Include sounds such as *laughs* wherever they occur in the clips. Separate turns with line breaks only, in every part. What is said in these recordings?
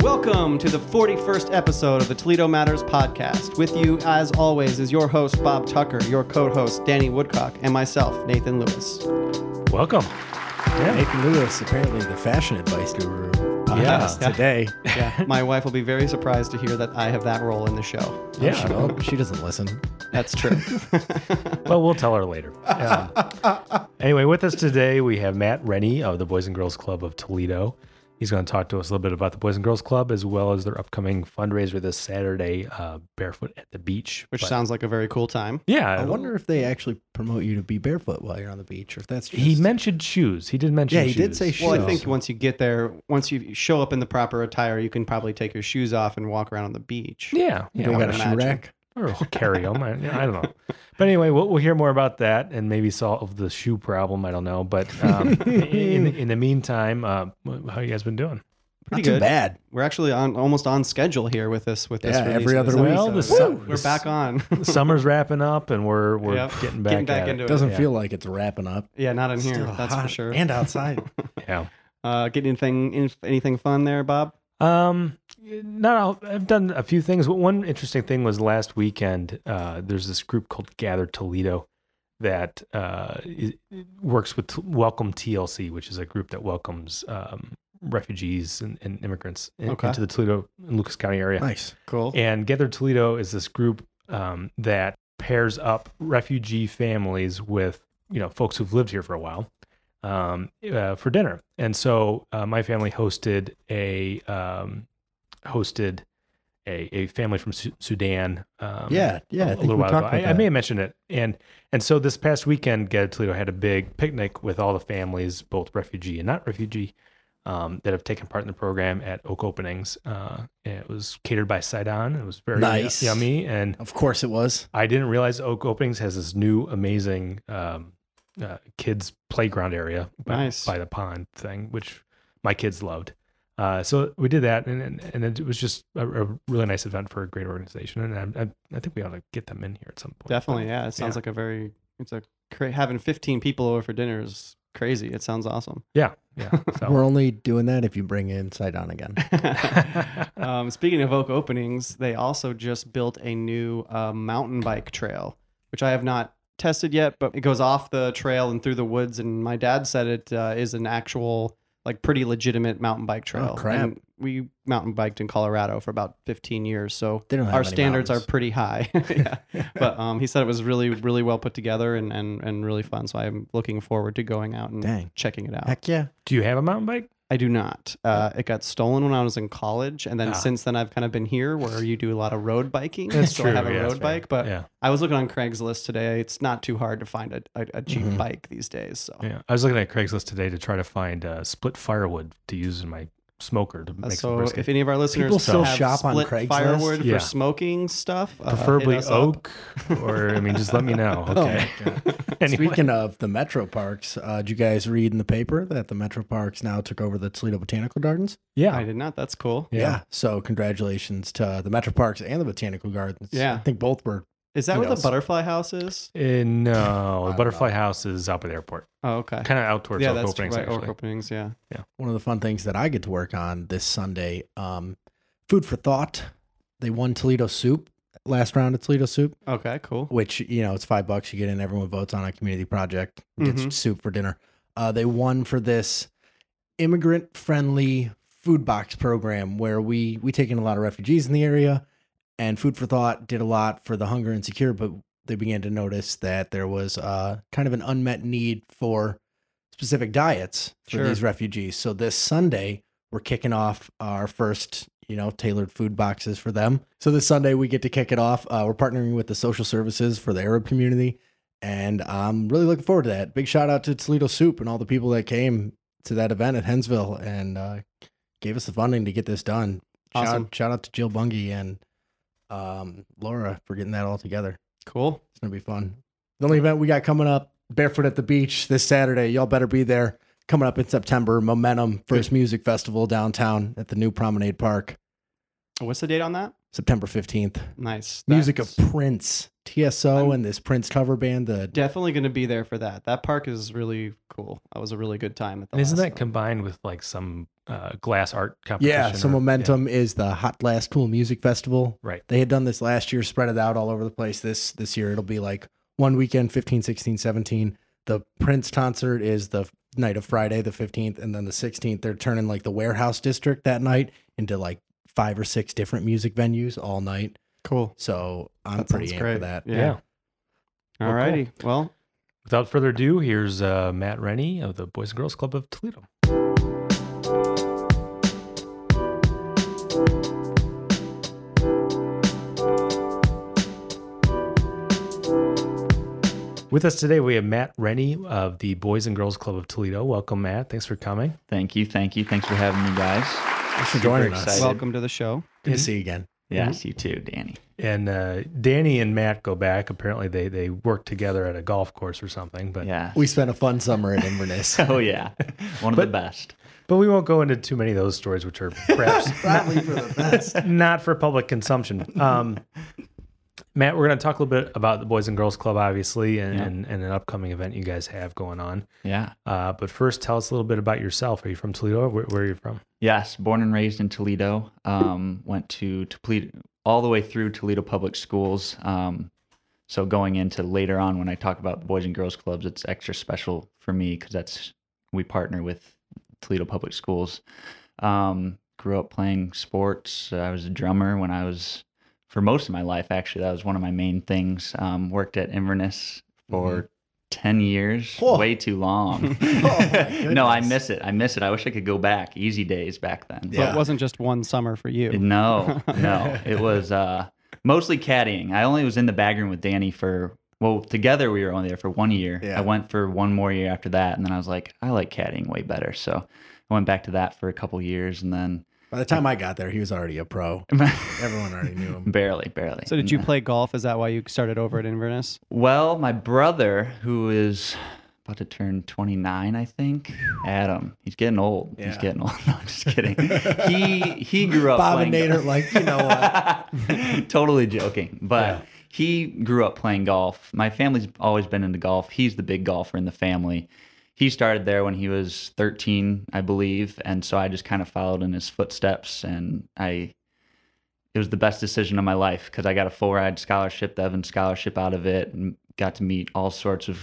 welcome to the 41st episode of the Toledo Matters podcast. With you, as always, is your host, Bob Tucker, your co host, Danny Woodcock, and myself, Nathan Lewis.
Welcome.
Nathan Lewis, apparently the fashion advice guru podcast
Yeah. *laughs*
today.
*laughs*
Yeah, my wife will be very surprised to hear that I have that role in the show.
Yeah.
She, well, she doesn't listen.
That's
*laughs*
true.
Well, we'll tell her
*laughs*
later. Um, anyway, with us today, we have Matt Rennie of the Boys and Girls Club of Toledo. He's going to talk to us a little bit about the Boys and Girls Club as well as their upcoming fundraiser this Saturday, uh, Barefoot at the Beach.
Which
But-
sounds like a very cool time.
yeah.
I wonder if they actually promote you to be barefoot while you're on the beach, or if that's just
He mentioned shoes. He did mention.
Yeah, he did say
shoes.
Well, I
Shoes.
think once you get there, once you show up in the proper attire, you can probably take your shoes off and walk around on the beach.
Yeah, yeah.
you don't
I
got a
would
shoe
imagine.
rack.
or carry them. I, I don't know. But anyway, we'll, we'll hear more about that and maybe solve the shoe problem. I don't know. But
*laughs*
um, in, in the meantime, uh, how you guys been doing?
Pretty
Not too
good.
bad.
We're actually on almost on schedule here with this. With this,
Yeah,
release
every
of this
other week.
episode.
Well, the
So
sun-
we're
the
back on.
Summer's wrapping up, and we're *laughs* we're
Yep.
getting back,
getting back
at
into
it.
it.
Doesn't
Yeah.
feel like it's wrapping up.
Yeah, not in here.
Still
that's for
hot
sure. *laughs*
And outside.
Yeah.
uh, get anything in- anything fun there, Bob?
Um, not i I've done a few things. One interesting thing was last weekend. Uh, there's this group called Gather Toledo that uh, is, works with Welcome TLC, which is a group that welcomes um, refugees and, and immigrants in-
Okay.
into the Toledo and Lucas County area.
Nice.
Cool.
And Gather Toledo is this group um, that pairs up refugee families with you know folks who've lived here for a while um, uh, for dinner. And so uh, my family hosted a um, hosted a, a family from Su- Sudan. Um,
yeah, yeah.
a
I think
little
we
while ago.
talked about
I, I may
that.
have mentioned it, and and so this past weekend, Gather Toledo had a big picnic with all the families, both refugee and not refugee, um, that have taken part in the program at Oak Openings. Uh, and it was catered by Sidon. It was very
Nice.
yummy, and
Of course it was.
I didn't realize Oak Openings has this new amazing um, uh, kids playground area by,
Nice.
by the pond thing, which my kids loved. Uh, so we did that, and and, and it was just a, a really nice event for a great organization, and I, I, I think we ought to get them in here at some point.
Definitely. Yeah. It sounds
Yeah.
like a very. It's a cra- having 15 people over for dinner is crazy. It sounds
*laughs*
awesome.
yeah,
*laughs*
yeah. *laughs*
We're
So.
only doing that if you bring in Sidon again.
Uh,
um, speaking of Oak openings, they also just built a new uh, mountain bike trail, which I have not tested yet, but it goes off the trail and through the woods. And my dad said it uh, is an actual, like, pretty legitimate mountain bike trail.
Oh, crap.
And we mountain biked in Colorado for about 15 years, so
They don't have
our
many
standards
mountains.
are pretty
*laughs*
high. *laughs* yeah. But um, he said it was really, really well put together and, and, and really fun. So I'm looking forward to going out and
Dang.
checking it out.
Heck yeah.
Do you have a mountain bike?
I do not. Uh, it got stolen when I was in college, and then
Ah.
since then I've kind of been here where you do a lot of road biking.
That's
so I
true,
have a
yeah, that's
road
fair.
bike, but
Yeah.
I was looking on Craigslist today. It's not too hard to find a, a, a cheap
Mhm.
bike these days. So
Mm-hmm. Yeah, I was looking at Craigslist today to try to find uh, split firewood to use in my smoker to
Uh,
make some
so
brisket.
if any of our listeners
People still
have
shop on
split
Craigslist?
firewood
Yeah.
for smoking stuff, uh, hit
Preferably
us up.
oak, or I mean, just let
*laughs*
me know.
Oh
Okay.
my God.
Anyway.
Speaking of the metro parks, uh, did you guys read in the paper that the metro parks now took over the Toledo Botanical Gardens?
yeah.
I did not. That's cool.
Yeah.
So congratulations to the metro parks and the Botanical Gardens.
Yeah.
I think both were.
Is that
Who
where the
knows?
butterfly house is?
Eh,
I
*laughs*
no, the
don't
butterfly
know.
house is out by the airport,
Oh, okay.
kind of out towards
yeah,
Oak
that's
openings.
right. Oak
actually.
openings. Yeah.
One of the fun things that I get to work on this Sunday, um, food for thought. They won Toledo Soup last round of Toledo Soup,
Okay. Cool.
which you know it's five bucks. You get in, everyone votes on a community project, gets
Mhm.
soup for dinner. Uh, they won for this immigrant friendly food box program where we we take in a lot of refugees in the area and food for thought did a lot for the hunger and secure but they began to notice that there was uh, kind of an unmet need for specific diets for
Sure.
these refugees so this sunday we're kicking off our first you know tailored food boxes for them so this sunday we get to kick it off uh, we're partnering with the social services for the arab community and i'm really looking forward to that big shout out to toledo soup and all the people that came to that event at hensville and uh, gave us the funding to get this done
Awesome.
Shout, shout out to Jill Bungie and um, Laura for getting that all together.
Cool.
It's gonna be fun. The only event we got coming up, Barefoot at the Beach this Saturday. Y'all better be there. Coming up in September, Momentum First Music Festival downtown at the new Promenade Park,
What's the date on that?
September fifteenth.
Nice.
Music
That's-
of Prince, TSO, and this Prince cover band. The
Definitely going to be there for that. That park is really cool. That was a really good time at the.
And isn't
last
that
one.
combined with like some uh, glass art competition.
Yeah, so
or-
Momentum is the Hot Glass Tool Music Festival.
Right.
They had done this last year, spread it out all over the place. This this year it'll be like one weekend 15, 16, 17. The Prince concert is the night of Friday the 15th and then the 16th they're turning like the warehouse district that night into like five or six different music venues all night.
Cool.
So I'm
That
pretty
sounds
amped
great.
for that.
Yeah.
Yeah.
yeah. Well,
All
cool.
righty. Well,
Without further ado, here's uh, Matt Rennie of the Boys and Girls Club of Toledo. With us today, we have Matt Rennie of the Boys and Girls Club of Toledo. Welcome, Matt. Thanks for coming.
Thank you, thank you, thanks for having me, guys.
Thanks for
Super
joining us.
excited.
Well,
welcome to the show.
good to see you again.
Yes, you too, Danny.
And uh, Danny and Matt go back. Apparently, they they worked together at a golf course or something. But
Yeah.
We spent a fun summer at Inverness.
*laughs* oh yeah, *laughs* one of the best.
but we won't go into too many of those stories, which are
*laughs*
perhaps
Probably for the best.
not for public consumption. Um, Matt, we're going to talk a little bit about the Boys and Girls Club, obviously, and,
Yeah.
and, and an upcoming event you guys have going on.
Yeah.
Uh, but first, tell us a little bit about yourself. Are you from Toledo? Where, where are you from?
Yes, born and raised in Toledo. Um, went to Toledo all the way through Toledo Public Schools. Um, so going into later on when I talk about the Boys and Girls Clubs, it's extra special for me because that's we partner with Toledo Public Schools. Um, grew up playing sports. I was a drummer when I was for most of my life. Actually, that was one of my main things. Um, worked at Inverness for. 10 years
Mm-hmm. Whoa. Oh
way
*laughs*
too long
my
*laughs* no i
goodness.
miss it i miss it i wish i could go back easy days back then
So
Yeah.
it wasn't just one summer for you.
no,
*laughs*
no. It was uh, mostly caddying. I only was in the bag room with Danny for, well, together we were only there for one year.
Yeah.
I went for one more year after that. And then I was like, I like caddying way better. So I went back to that for a couple years and then
By the time I got there, he was already a pro. Everyone already knew him.
barely, barely.
So did you play golf? Is that why you started over at Inverness?
Well, my brother, who is about to turn 29, I think, Adam, he's getting old. He's
Yeah.
getting old. *laughs* No, I'm just
*laughs*
kidding. He, he grew up
Bob
playing
and Nate
golf.
are
*laughs*
like, you know uh, what?
totally joking. But
Yeah.
he grew up playing golf. My family's always been into golf. He's the big golfer in the family. He started there when he was 13, I believe, and so I just kind of followed in his footsteps and I it was the best decision of my life because I got a full ride scholarship, the Evans scholarship out of it and got to meet all sorts of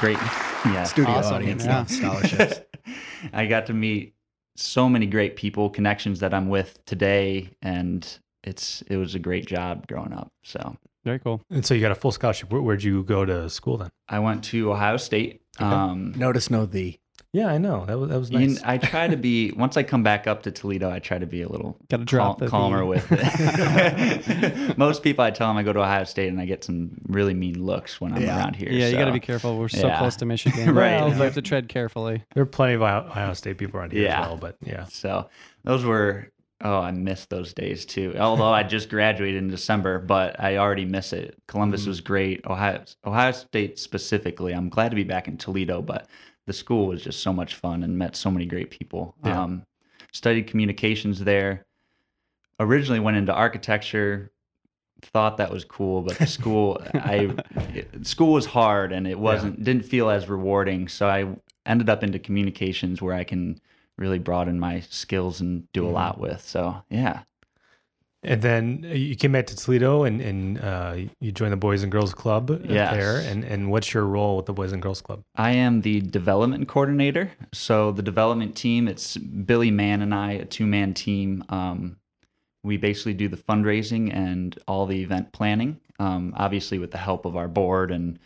great *laughs* yeah.
Studio
Awesome,
audience,
yeah.
not scholarships.
*laughs* I got to meet so many great people, connections that I'm with today, and it's it was a great job growing up. So
Very cool.
And so you got a full scholarship. Where, where'd you go to school then?
I went to Ohio State. Um,
Notice no the.
Yeah, I know. That was, that was
you-
nice.
I try to be once I come back up to Toledo. I try to be a little
Got to drop
cal-
the
calmer
beat.
with it. *laughs* Most people, I tell them I go to Ohio State, and I get some really mean looks when I'm
Yeah.
around here.
*laughs* Yeah, you got to
so-
be careful. We're so
Yeah.
close to Michigan.
Right.
You have to tread carefully.
there are plenty of Ohio, Ohio State people around here
Yeah.
as well. But yeah.
So those were oh, I miss those days too. Although I just graduated in December, but I already miss it. Columbus was great. Ohio Ohio State specifically. I'm glad to be back in Toledo, but the school was just so much fun and met so many great people.
Yeah.
Um, studied communications there. Originally went into architecture. Thought that was cool, but the school I it- school was hard and it wasn't didn't feel as rewarding. So I ended up into communications where I can really broaden my skills and do a lot with. So yeah,
And then uh, you came back to Toledo and, and uh, you joined the Boys and Girls Club
Yes.
there. And, and what's your role with the Boys and Girls Club?
I am the development coordinator. So the development team, it's Billy Mann and I, a two-man team. Um, we basically do the fundraising and all the event planning, um, obviously with the help of our board and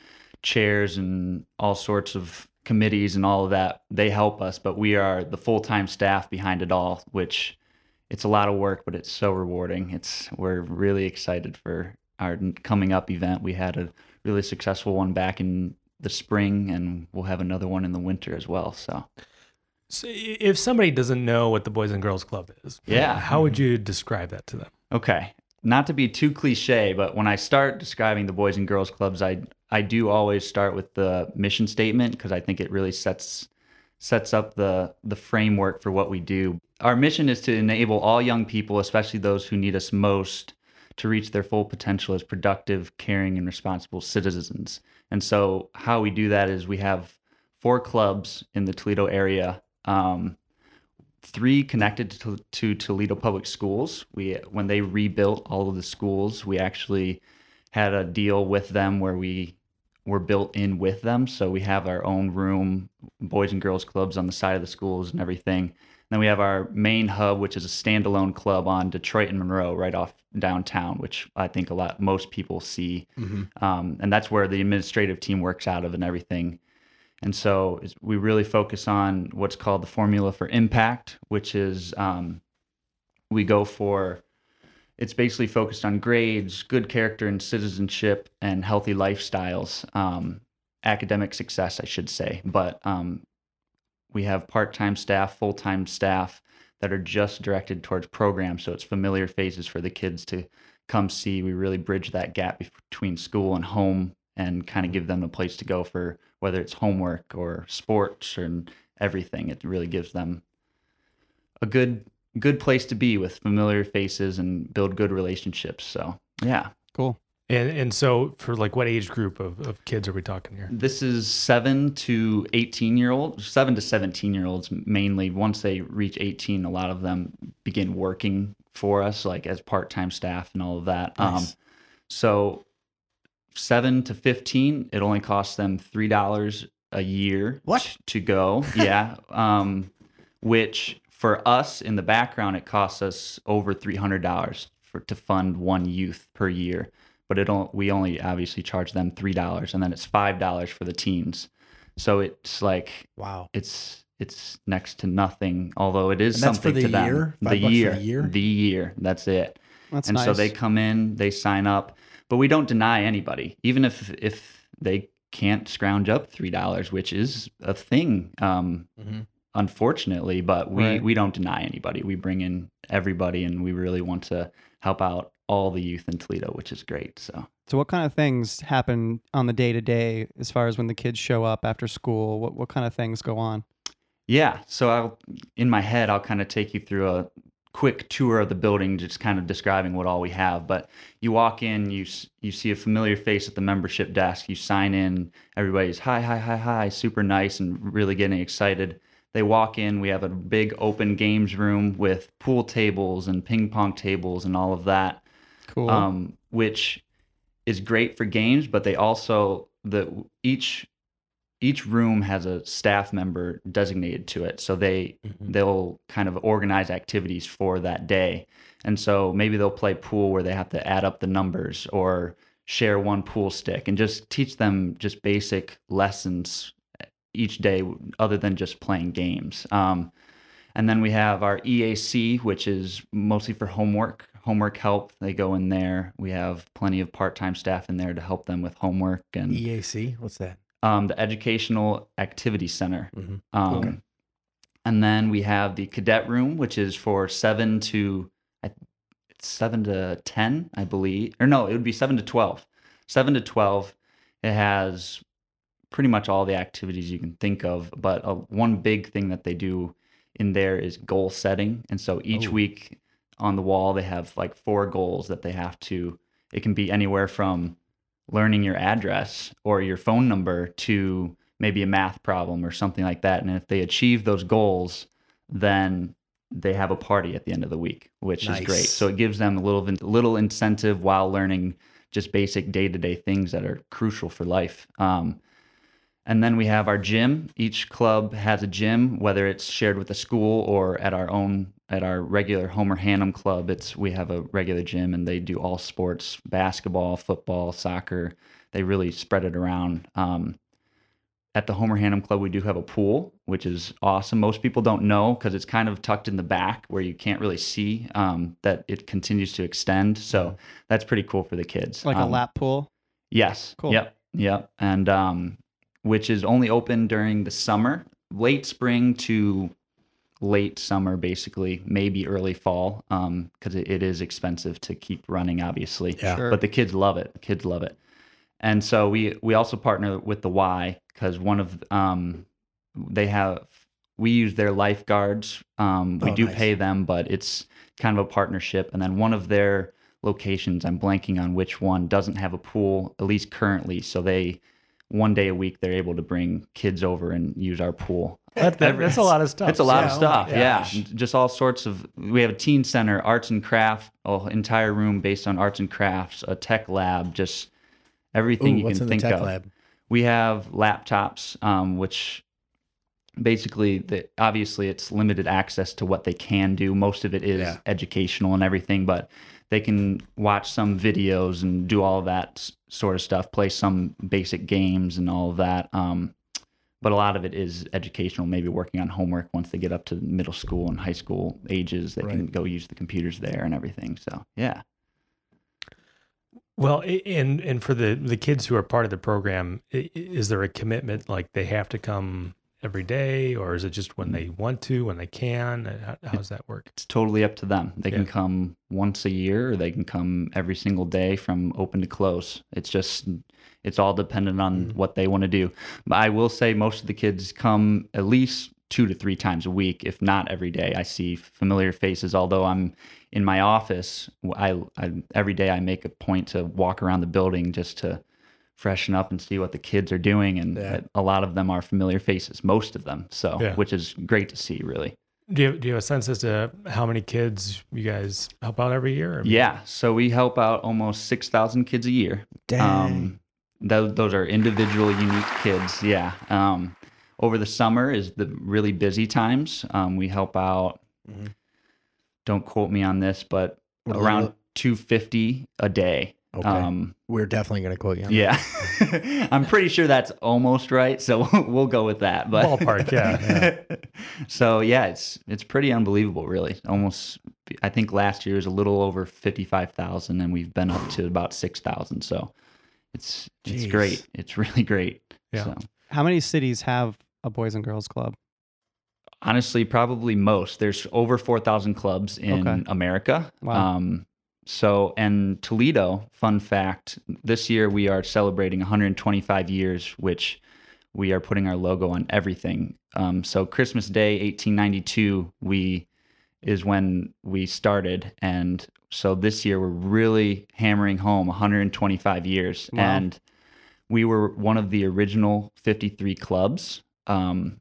chairs and all sorts of committees and all of that. They help us, but we are the full-time staff behind it all, which it's a lot of work, but it's so rewarding. It's we're really excited for our n- coming up event. We had a really successful one back in the spring, and we'll have another one in the winter as well. So
So i- if somebody doesn't know what the Boys and Girls Club is,
Yeah.
how would you describe that to them?
Okay. Not to be too cliche, but when I start describing the Boys and Girls Clubs, I I do always start with the mission statement because I think it really sets sets up the the framework for what we do. Our mission is to enable all young people, especially those who need us most, to reach their full potential as productive, caring, and responsible citizens. And so, how we do that is we have four clubs in the Toledo area. Um, three connected to, to Toledo Public Schools. We when they rebuilt all of the schools, we actually had a deal with them where we were built in with them. So we have our own room, boys and girls clubs on the side of the schools and everything. And then we have our main hub, which is a standalone club on Detroit and Monroe, right off downtown, which I think a lot most people see
Mhm.
um, and that's where the administrative team works out of and everything. And so is- we really focus on what's called the formula for impact, which is um, we go for it's basically focused on grades, good character and citizenship, and healthy lifestyles, um, academic success, I should say. But um, we have part time staff, full time staff that are just directed towards programs. So it's familiar faces for the kids to come see. We really bridge that gap bef- between school and home and kind of give them a place to go for whether it's homework or sports and everything. It really gives them a good good place to be with familiar faces and build good relationships. So yeah.
Cool.
And and so for like what age group of, of kids are we talking here?
This is seven to 18 year olds, seven to 17 year olds mainly. Once they reach 18, a lot of them begin working for us, like as part time staff and all of that. Um,
Nice.
so, seven to 15, it only costs them $3 a year
What? *laughs*
to go. yeah. Um, which for us in the background, it costs us over $300 for, to fund one youth per year but it on- we only obviously charge them three dollars, and then it's five dollars for the teens. So it's like
Wow.
it's it's next to nothing. Although it is
And that's for
something
the
to them.
year?
The
Five bucks for
year,
the year?
the year. That's it
That's
and
nice.
so they come in, they sign up, but we don't deny anybody, even if if they can't scrounge up three dollars, which is a thing, um,
Mhm.
unfortunately. But we
Right.
we don't deny anybody. We bring in everybody, and we really want to help out all the youth in Toledo, which is great. So
so what kind of things happen on the day to day as far as when the kids show up after school? What what kind of things go on?
yeah, so I'll in my head I'll kind of take you through a quick tour of the building, just kind of describing what all we have. But you walk in, you s- you see a familiar face at the membership desk. You sign in. Everybody's hi, hi, hi, hi, super nice and really getting excited. They walk in. We have a big open games room with pool tables and ping pong tables and all of that
Cool.
um, which is great for games. But they also the each each room has a staff member designated to it, so they
Mhm.
Mm-hmm. they'll kind of organize activities for that day. And so maybe they'll play pool where they have to add up the numbers or share one pool stick and just teach them just basic lessons eh, each day other than just playing games. Um, and then we have our EAC, which is mostly for homework, homework help. They go in there. We have plenty of part time staff in there to help them with homework and
EAC. E What's that?
um, the Educational Activity Center.
Mhm.
Um,
Okay.
And then we have the cadet room, which is for seven to I- it's seven to ten, I believe, or no, it would be seven to twelve. Seven to twelve. It has pretty much all the activities you can think of, but uh one big thing that they do in there is goal setting. And so each
Oh.
week on the wall, they have like four goals that they have to. It can be anywhere from learning your address or your phone number to maybe a math problem or something like that. And if they achieve those goals, then they have a party at the end of the week, which
Nice.
is great. So it gives them a little little incentive while learning just basic day to day things that are crucial for life. Um, and then we have our gym. Each club has a gym, whether it's shared with a school or at our own at our regular Homer Hannum club. It's we have a regular gym and they do all sports, basketball, football, soccer. They really spread it around. Um, at the Homer Hannum Club, we do have a pool, which is awesome. Most people don't know because it's kind of tucked in the back where you can't really see um, that it continues to extend. So that's pretty cool for the kids.
Mm-hmm. like a
Um,
lap pool.
Yes.
Cool.
Yep. Yep. And um, which is only open during the summer, late spring to late summer, basically, maybe early fall, because it, it is expensive to keep running, obviously.
Yeah.
Sure.
But the kids love it. The kids love it. And so we we also partner with the Y because one of um, they have we use their lifeguards. Um, we
Oh,
do
nice.
pay them, but it's kind of a partnership. And then one of their locations, I'm blanking on which one, doesn't have a pool at least currently. So they one day a week they're able to bring kids over and use our pool.
That, that,
Every-
that's a lot of stuff.
It's a lot of
yeah, oh my
stuff. yeah.
gosh.
Just all sorts of we have a teen center, arts and craft, a whole entire room based on arts and crafts, a tech lab, just everything
Ooh,
you
what's
can
in the
think
tech
of. Um,
lab?
We have laptops, um, which basically, the, obviously, it's limited access to what they can do. Most of it is
Yeah.
educational and everything, but they can watch some videos and do all that s- sort of stuff, play some basic games and all of that. Um, but a lot of it is educational, maybe working on homework once they get up to middle school and high school ages. They can
Right.
go use the computers there and everything. So, yeah.
Well, i- and and for the the kids who are part of the program, i- i- is there a commitment like they have to come every day, or is it just
Mm.
when they want to, when they can? Uh, How, how does that work?
it's totally up to them. They can
Yeah.
come once a year or they can come every single day from open to close. It's just it's all dependent on
Mm.
Mhm.
what they want to do. But I will say most of the kids come at least 2 to 3 times a week if not every day. I see familiar faces although I'm in my office I, I every day I make a point to walk around the building just to freshen up and see what the kids are doing and
Yeah.
a lot of them are familiar faces most of them so
Yeah.
which is great to see really
Do you do you have a sense as to how many kids you guys help out every year? I mean,
Yeah, so we help out almost six thousand kids a year. Um,
Dang.
tho- those are individual, unique kids. Yeah. Um, over the summer is the really busy times. Um, we help out.
Mhm.
Don't quote me on this, but
What are the
around
lo-
two fifty a day.
Okay.
Um,
We're definitely going to quote you. On
yeah, *laughs* I'm pretty sure that's almost right. So *laughs* we'll go with that. But
Ballpark,
*laughs*
yeah,
so yeah, it's it's pretty unbelievable, really. Almost, I think last year was a little over fifty five thousand, and we've been up to about six thousand. So it's it's
Jeez.
great. It's really great.
Yeah.
So,
How many cities have a boys and girls club?
honestly, probably most. There's over four thousand clubs in
Okay.
America.
Wow.
Um, so and Toledo, fun fact, this year we are celebrating 125 years, which we are putting our logo on everything. Um, so Christmas Day 1892, we is when we started, and so this year we're really hammering home 125 years,
Wow.
and we were one of the original 53 clubs um,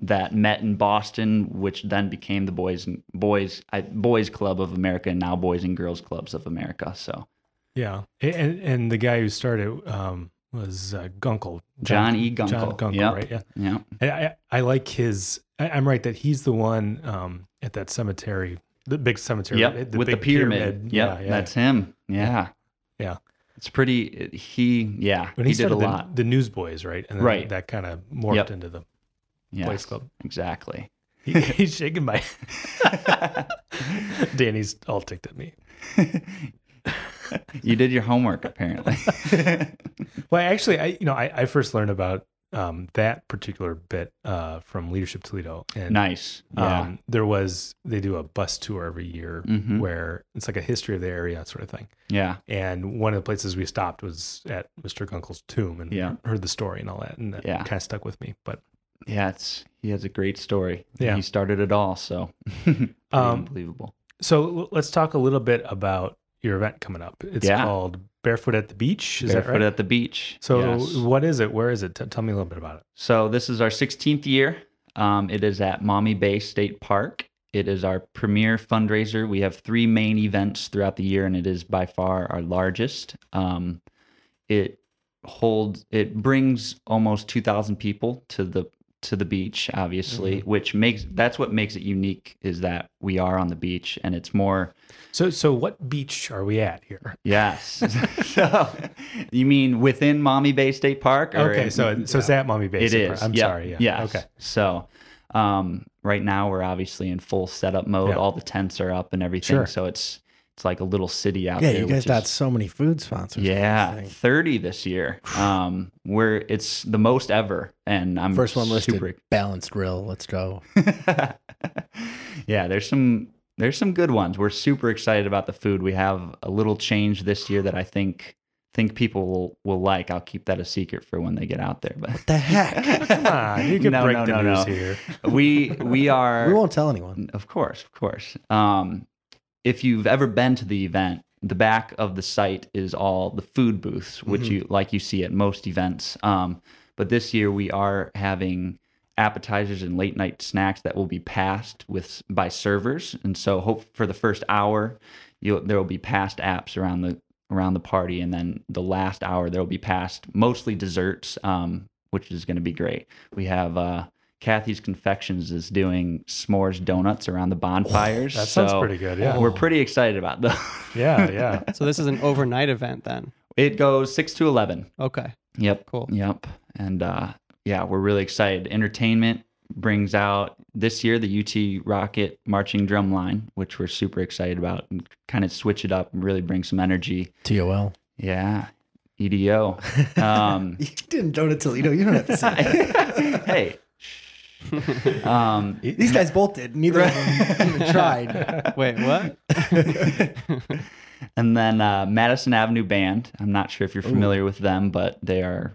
that met in Boston, which then became the Boys and Boys I, Boys Club of America, and now Boys and Girls Clubs of America. So
yeah. A- And and the guy who started um, was uh, Gunkel
John E.
John
Gunkel.
Gunkel,
Yep.
right? Yeah.
yeah,
I, I, I like his. I, I'm right that he's the one um, at that cemetery, the big cemetery,
yep, with the
big
pyramid.
Yeah,
Yep,
yeah,
that's him. Yeah,
Yeah.
It's pretty. He yeah,
But
he,
he,
did a
started the,
lot.
the Newsboys, right? And then
Right.
That kind of morphed
Yep.
into
*laughs*
the
Yeah,
Boys Club. *laughs*
exactly.
He, he's shaking my. *laughs* Danny's all ticked at me.
you did your
*laughs*
homework apparently.
Well, actually, I you know I, I first learned about um, that particular bit uh, from Leadership Toledo, and
nice. Yeah.
um, there was they do a bus tour every year
Mhm.
where it's like a history of the area sort of thing.
yeah.
And one of the places we stopped was at Mr. Gunkel's tomb and
Yeah.
heard the story and all that. And that
Yeah.
kind of stuck with me. But
Yeah. It's he has a great story.
Yeah.
He started it all. So *laughs* Pretty
Um,
unbelievable.
so l- let's talk a little bit about your event coming up. It's
Yeah.
called Barefoot at the Beach. Is
Barefoot
that right?
at the beach.
so
Yes.
what is it? Where is it? T- tell me a little bit about it.
So this is our 16th year. Um, it is at Maumee Bay State Park. It is our premier fundraiser. We have three main events throughout the year, and it is by far our largest. Um, it holds it brings almost 2,000 people to the to the beach, obviously,
Mm-hmm.
which makes that's what makes it unique is that we are on the beach, and it's more
So so what beach are we at here?
yes. *laughs* so you mean within Maumee Bay State Park? Or
okay, so so it's at Mommy Bay.
It
Super.
is.
I'm
Yep.
sorry. Yeah.
Yes.
Okay.
So, um, right now we're obviously in full setup mode.
Yeah.
All the tents are up and everything.
Sure.
So it's it's like a little city out
Yeah,
there.
you guys
which
got
is-
so many food sponsors.
yeah,
Dang.
thirty this year. Um, we're it's the most ever, and I'm
First one listed.
super.
Balanced grill. Let's go.
*laughs* yeah, there's some there's some good ones. We're super excited about the food. We have a little change this year that I think think people will, will like. I'll keep that a secret for when they get out there.
*laughs*
But
The heck.
Come
*laughs*
on, *laughs* you can
No,
break
no,
the
no,
news
no.
here.
we we are
we won't tell anyone.
Of course, of course. Um, if you've ever been to the event, the back of the site is all the food booths, which
Mhm.
you like you see at most events. Um, but this year we are having appetizers and late night snacks that will be passed with by servers, and so hope for the first hour, you there will be passed apps around the around the party, and then the last hour there will be passed mostly desserts, um, which is going to be great. We have. Uh, Kathy's Confections is doing s'mores donuts around the bonfires.
That sounds
so-
pretty good. Yeah.
we're pretty excited about though.
*laughs* Yeah. Yeah.
So this is an overnight event then.
*laughs* it goes six to eleven.
Okay,
Yep.
cool.
Yep. And uh, yeah, we're really excited. Entertainment brings out this year the UT Rocket Marching Drum Line, which we're super excited about and kind of switch it up and really bring some energy.
Tol.
Yeah. EDO. Um,
*laughs* You didn't donate it till you know. You don't have to
*laughs*
say that.
hey. shh. um,
These guys both did. Neither of them even
*laughs*
tried.
*laughs* Wait, what?
*laughs*
and then uh, Madison Avenue Band. I'm not sure if you're familiar with them, but they are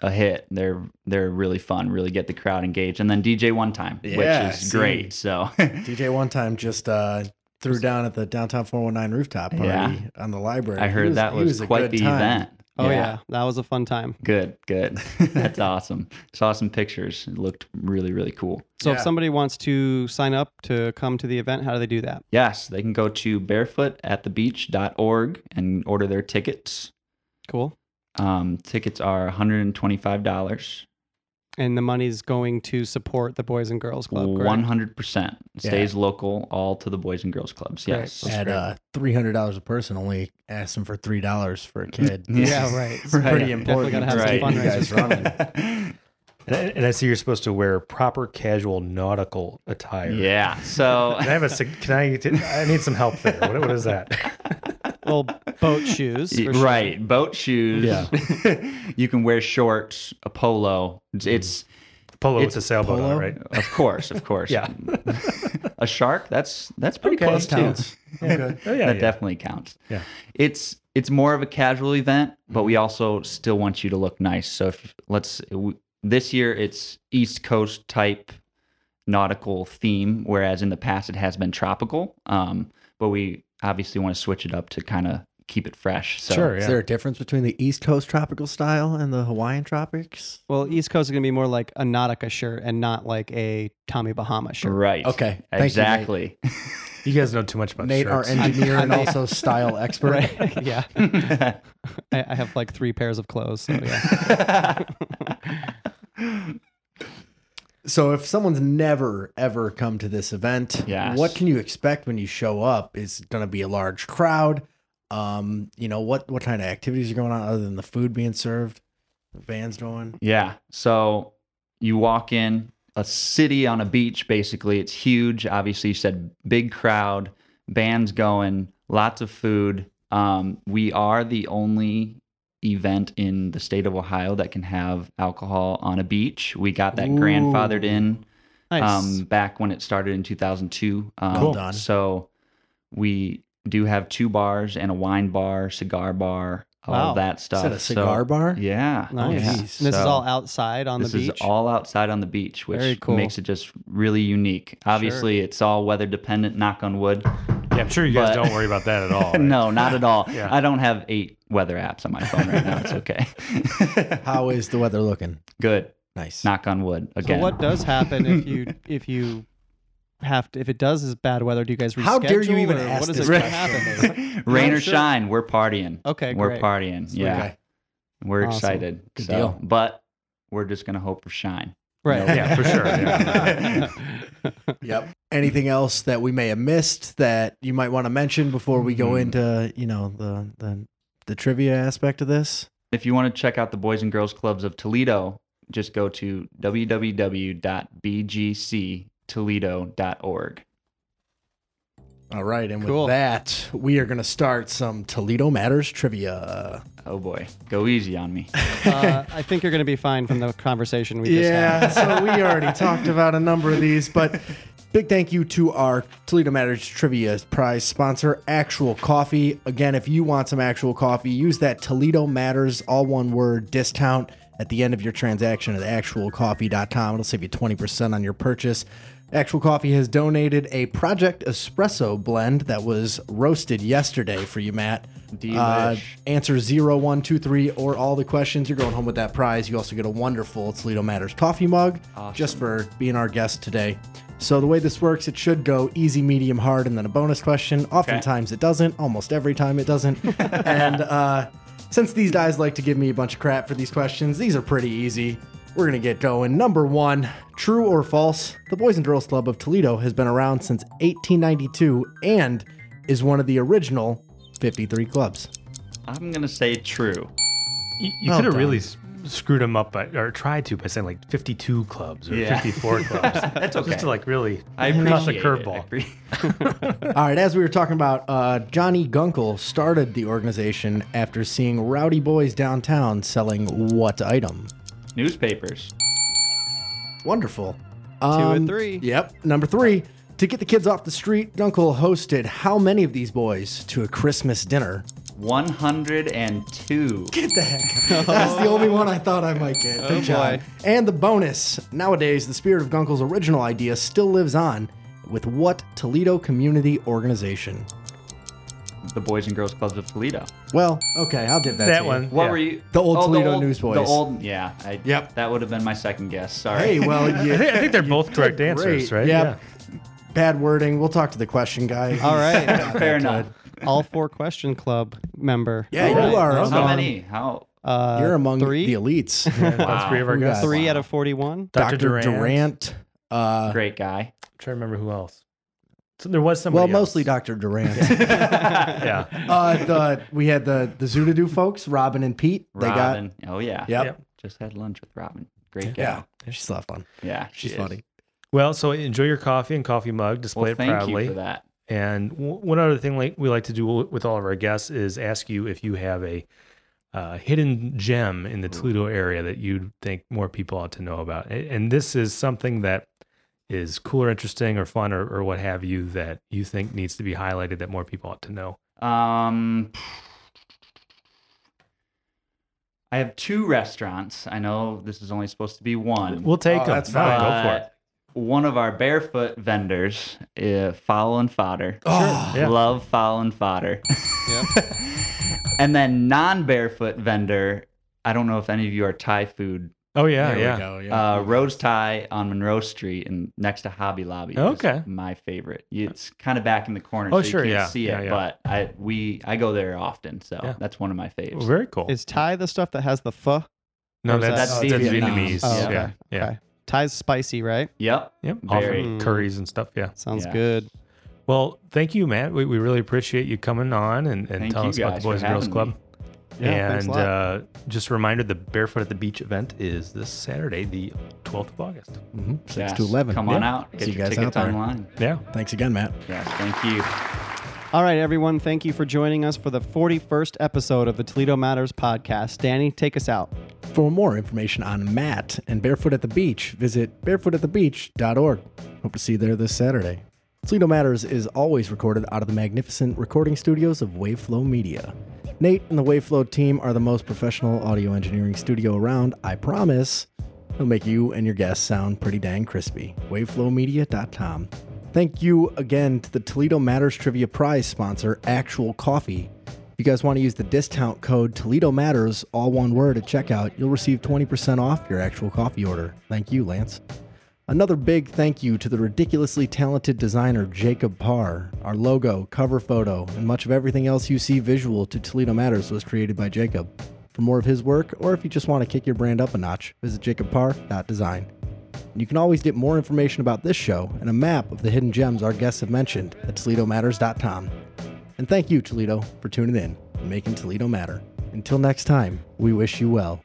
a hit. They're they're really fun. Really get the crowd engaged. And then DJ One Time,
Yeah,
which is
see.
great. So *laughs*
DJ one time just uh, threw down at the downtown 419 rooftop party
Yeah.
on the library.
I
He
heard that
he
was,
a
quite
good
the
time.
event.
Oh yeah. that was a fun time.
Good,
*laughs*
good. *laughs* That's awesome. Saw some pictures. It looked really, really cool.
So
Yeah.
if somebody wants to sign up to come to the event, how do they do that?
Yes, they can go to barefootatthebeach.org and order their tickets.
Cool.
Um, tickets are $125.
And the money's going to support the Boys and Girls Club. correct?
100%.
Yeah.
Stays local, all to the Boys and Girls Clubs.
Great.
Yes.
That's
At
great.
uh, $300 a person, only asked them for $3 for a kid.
Yeah, right.
It's pretty
Yeah.
important.
gotta have
to
some
keep you guys running.
*laughs*
*laughs*
And I, and I see you're supposed to wear proper casual nautical attire.
Yeah.
*laughs*
So *laughs*
Can I have a? sig- Can I? get- I need some help there. What, what is *laughs* that?
Little boat shoes.
*laughs* Y-
for sure.
Right, boat shoes. *laughs* you can wear shorts, a polo. It's, it's
Polo
It's
with a sailboat on it,
polo?
right?
of course, of
*laughs*
course.
Yeah.
*laughs* a shark. That's that's pretty
Okay.
close
Those
too.
counts. Okay.
Oh yeah.
that
yeah.
definitely counts.
Yeah.
It's it's more of a casual event, but we also still want you to look nice. So if let's w- this year it's East Coast type nautical theme, whereas in the past it has been tropical. Um, but we obviously want to switch it up to kind of keep it fresh. So
Sure.
Is
Yeah.
there a difference between the East Coast tropical style and the Hawaiian tropics?
Well, East Coast is going to be more like a Nautica shirt and not like a Tommy Bahama shirt.
Right.
Okay. Thank you, Nate.
Exactly.
You guys know too much about
Nate, our *laughs*
shirts.
engineer
I-
and also style expert.
Right. *laughs* yeah.
*laughs*
I, I have like three pairs of clothes. So yeah.
So, if someone's never ever come to this event,
Yes.
what can you expect when you show up? Is going to be a large crowd? Um, you know what? What kind of activities are going on other than the food being served, the bands going?
Yeah. So you walk in a city on a beach, basically. It's huge. Obviously, you said big crowd, bands going, lots of food. Um, we are the only event in the state of Ohio that can have alcohol on a beach. We got that grandfathered in
Nice.
*laughs* um, back when it started in 2002. Um,
Well done.
So we do have two bars and a wine bar, cigar bar, all
Wow.
that
Is
stuff.
that a
So-
cigar bar?
Yeah.
nice.
yeah.
And this is
So-
all outside on
this
the beach.
is all outside on the beach, which
Very cool.
makes it just really unique. Obviously, it's all weather dependent. Knock on wood. *laughs*
Yeah, I'm sure you guys
But-
don't worry about that at *laughs* all. right?
No, not
*laughs*
at all.
Yeah.
I don't have eight weather apps on my phone right now. It's okay. *laughs*
How is the weather looking?
Good.
Nice.
Knock on wood
so
again.
what does happen if
*laughs*
you if you have to if it does is bad weather? Do you guys reschedule?
How dare you even
or
ask
What is
this
it? What
*laughs* question?
happens?
Rain
I'm
or
sure-
shine, we're partying.
Okay,
We're
great.
partying. Yeah,
Okay.
we're
Awesome.
excited.
Good
So-
deal.
But we're just gonna hope for shine.
Right.
Yeah, for sure. Yeah.
Yep. Anything else that we may have missed that you might want to mention before we go
Hmm.
into you know the the the trivia aspect of this?
If you want to check out the Boys and Girls Clubs of Toledo, just go to www.bgctoledo.org.
All right, and
Cool.
with that, we are going to start some Toledo Matters trivia.
Oh boy, go easy on me.
*laughs* uh, I think you're going to be fine from the conversation we just had.
Yeah, so we *laughs* already talked about a number of these, but big thank you to our Toledo Matters Trivia Prize sponsor, Actual Coffee. Again, if you want some actual coffee, use that Toledo Matters, all one word, discount at the end of your transaction at actualcoffee.com. It'll save you 20% on your purchase. Actual Coffee has donated a Project Espresso blend that was roasted yesterday for you, Matt.
Delish.
Uh, answer zero, one, two, three, or all the questions. You're going home with that prize. You also get a wonderful Toledo Matters coffee mug just for being our guest today. So the way this works, it should go easy, medium, hard, and then a bonus question. Oftentimes it doesn't. Almost every time it doesn't. and uh, since these guys like to give me a bunch of crap for these questions, these are pretty easy. We're going to get going. Number one True or false? The Boys and Girls Club of Toledo has been around since 1892 and is one of the original 53 clubs.
I'm gonna say true.
You, you
Well
could have
done.
really s- screwed him up, by, or tried to by saying like 52 clubs or *laughs*
Yeah.
54 clubs.
That's
Just
okay.
to like really
I
toss a
appreciate
curveball.
It.
All right, as we were talking about, uh, Johnny Gunkel started the organization after seeing rowdy boys downtown selling what item?
*laughs* Newspapers.
Wonderful.
and
Um,
three.
Yep. Number three. To get the kids off the street, Gunkel hosted how many of these boys to a Christmas dinner?
102.
Get
*laughs*
the heck. That's the only one I thought I might get. Good
Oh,
job.
boy.
And the bonus. Nowadays, the spirit of Gunkel's original idea still lives on with what Toledo community organization?
The Boys and Girls Clubs of Toledo.
Well, okay, I'll give that, to
that
you.
one.
What
yeah.
were you? Oh,
The old Toledo Newsboys.
The old, yeah. I,
Yep.
That would have been my second guess. Sorry.
Hey, well,
I *laughs*
you,
think, I think they're both correct
did
answers,
great.
right?
Yep. bad wording. We'll talk to the question
*laughs*
guy.
All right.
*laughs* Fair enough.
All four question club member.
Yeah,
All right.
you are
How
among,
many? How?
Uh,
you're among
three.
the *laughs* elites.
*laughs* Yeah, That's three of our
Who we got?
guesses.
three
Wow.
out of forty-one.
Dr. Durant.
Durant. uh,
Great
*laughs*
guy. *laughs*
I'm trying to remember who else. So there was somebody.
well, mostly
else.
Dr. Durant.
Yeah.
uh, the, we had the, the Zoodadoo folks, Robin and Pete. They got.
Robin. oh, yeah.
Yep.
Yep.
Just had lunch with Robin. Great
Yeah.
guy.
She's a lot of fun.
Yeah.
She's
she is.
funny.
Well, so enjoy your coffee and coffee mug. Display
Well,
it
thank
proudly.
you for that.
And w- one other thing like we like to do with all of our guests is ask you if you have a uh, hidden gem in the Toledo area that you think more people ought to know about. A- And this is something that is cool or interesting or fun or, or what have you that you think needs to be highlighted that more people ought to know.
Um, I have two restaurants. I know this is only supposed to be one.
We'll take
Oh,
'em.
that's fine.
Go for it.
but One of our barefoot vendors, uh, Fowl and Fodder.
Oh,
Yeah.
Love Fowl and Fodder.
Yep.
*laughs* and then non barefoot vendor. I don't know if any of you are Thai food.
Oh, yeah,
There
yeah.
we go. Yeah.
Uh, Rose Thai on Monroe Street and next to Hobby Lobby. is
Okay.
my favorite. It's kind of back in the corner,
Oh,
so
sure,
you can't
yeah,
see it.
yeah, yeah.
But I we I go there often, so
Yeah.
that's one of my faves.
Well, very cool.
Is Thai the stuff that has the pho?
no,
or is that-
that's,
That's
that's
Vietnam.
Vietnamese.
Oh, okay.
Yeah. Yeah.
Okay. Thai's spicy, right?
Yep.
Yep.
Very.
Often curries and stuff. Yeah.
Sounds
Yeah.
good.
Well, thank you, Matt. We, we really appreciate you coming on and, and
Thank
telling
you
us about the
guys for
Boys and Girls Club.
having
Yeah, thanks
and
a lot.
uh, just a reminder the Barefoot at the Beach event is this Saturday, the 12th of August.
Mhm. Six to
Yes.
11.
Come on out. Get
See you
your
guys
tickets
out there.
online.
Yeah.
Thanks again, Matt.
Yes. Thank you.
All right, everyone. Thank you for joining us for the 41st episode of the Toledo Matters podcast. Danny, take us out.
For more information on Matt and Barefoot at the Beach, visit barefootatthebeach.org. Hope to see you there this Saturday. Toledo Matters is always recorded out of the magnificent recording studios of Waveflow Media. Nate and the Waveflow team are the most professional audio engineering studio around, I promise. It'll make you and your guests sound pretty dang crispy. WaveflowMedia.com. Thank you again to the Toledo Matters Trivia Prize sponsor, Actual Coffee. If you guys want to use the discount code Toledo Matters, all one word at checkout, you'll receive 20% off your actual coffee order. Thank you, Lance. Another big thank you to the ridiculously talented designer Jacob Parr. Our logo, cover photo, and much of everything else you see visual to Toledo Matters was created by Jacob. For more of his work, or if you just want to kick your brand up a notch, visit jacobparr.design. And you can always get more information about this show and a map of the hidden gems our guests have mentioned at ToledoMatters.com. And thank you, Toledo, for tuning in and making Toledo matter. Until next time, we wish you well.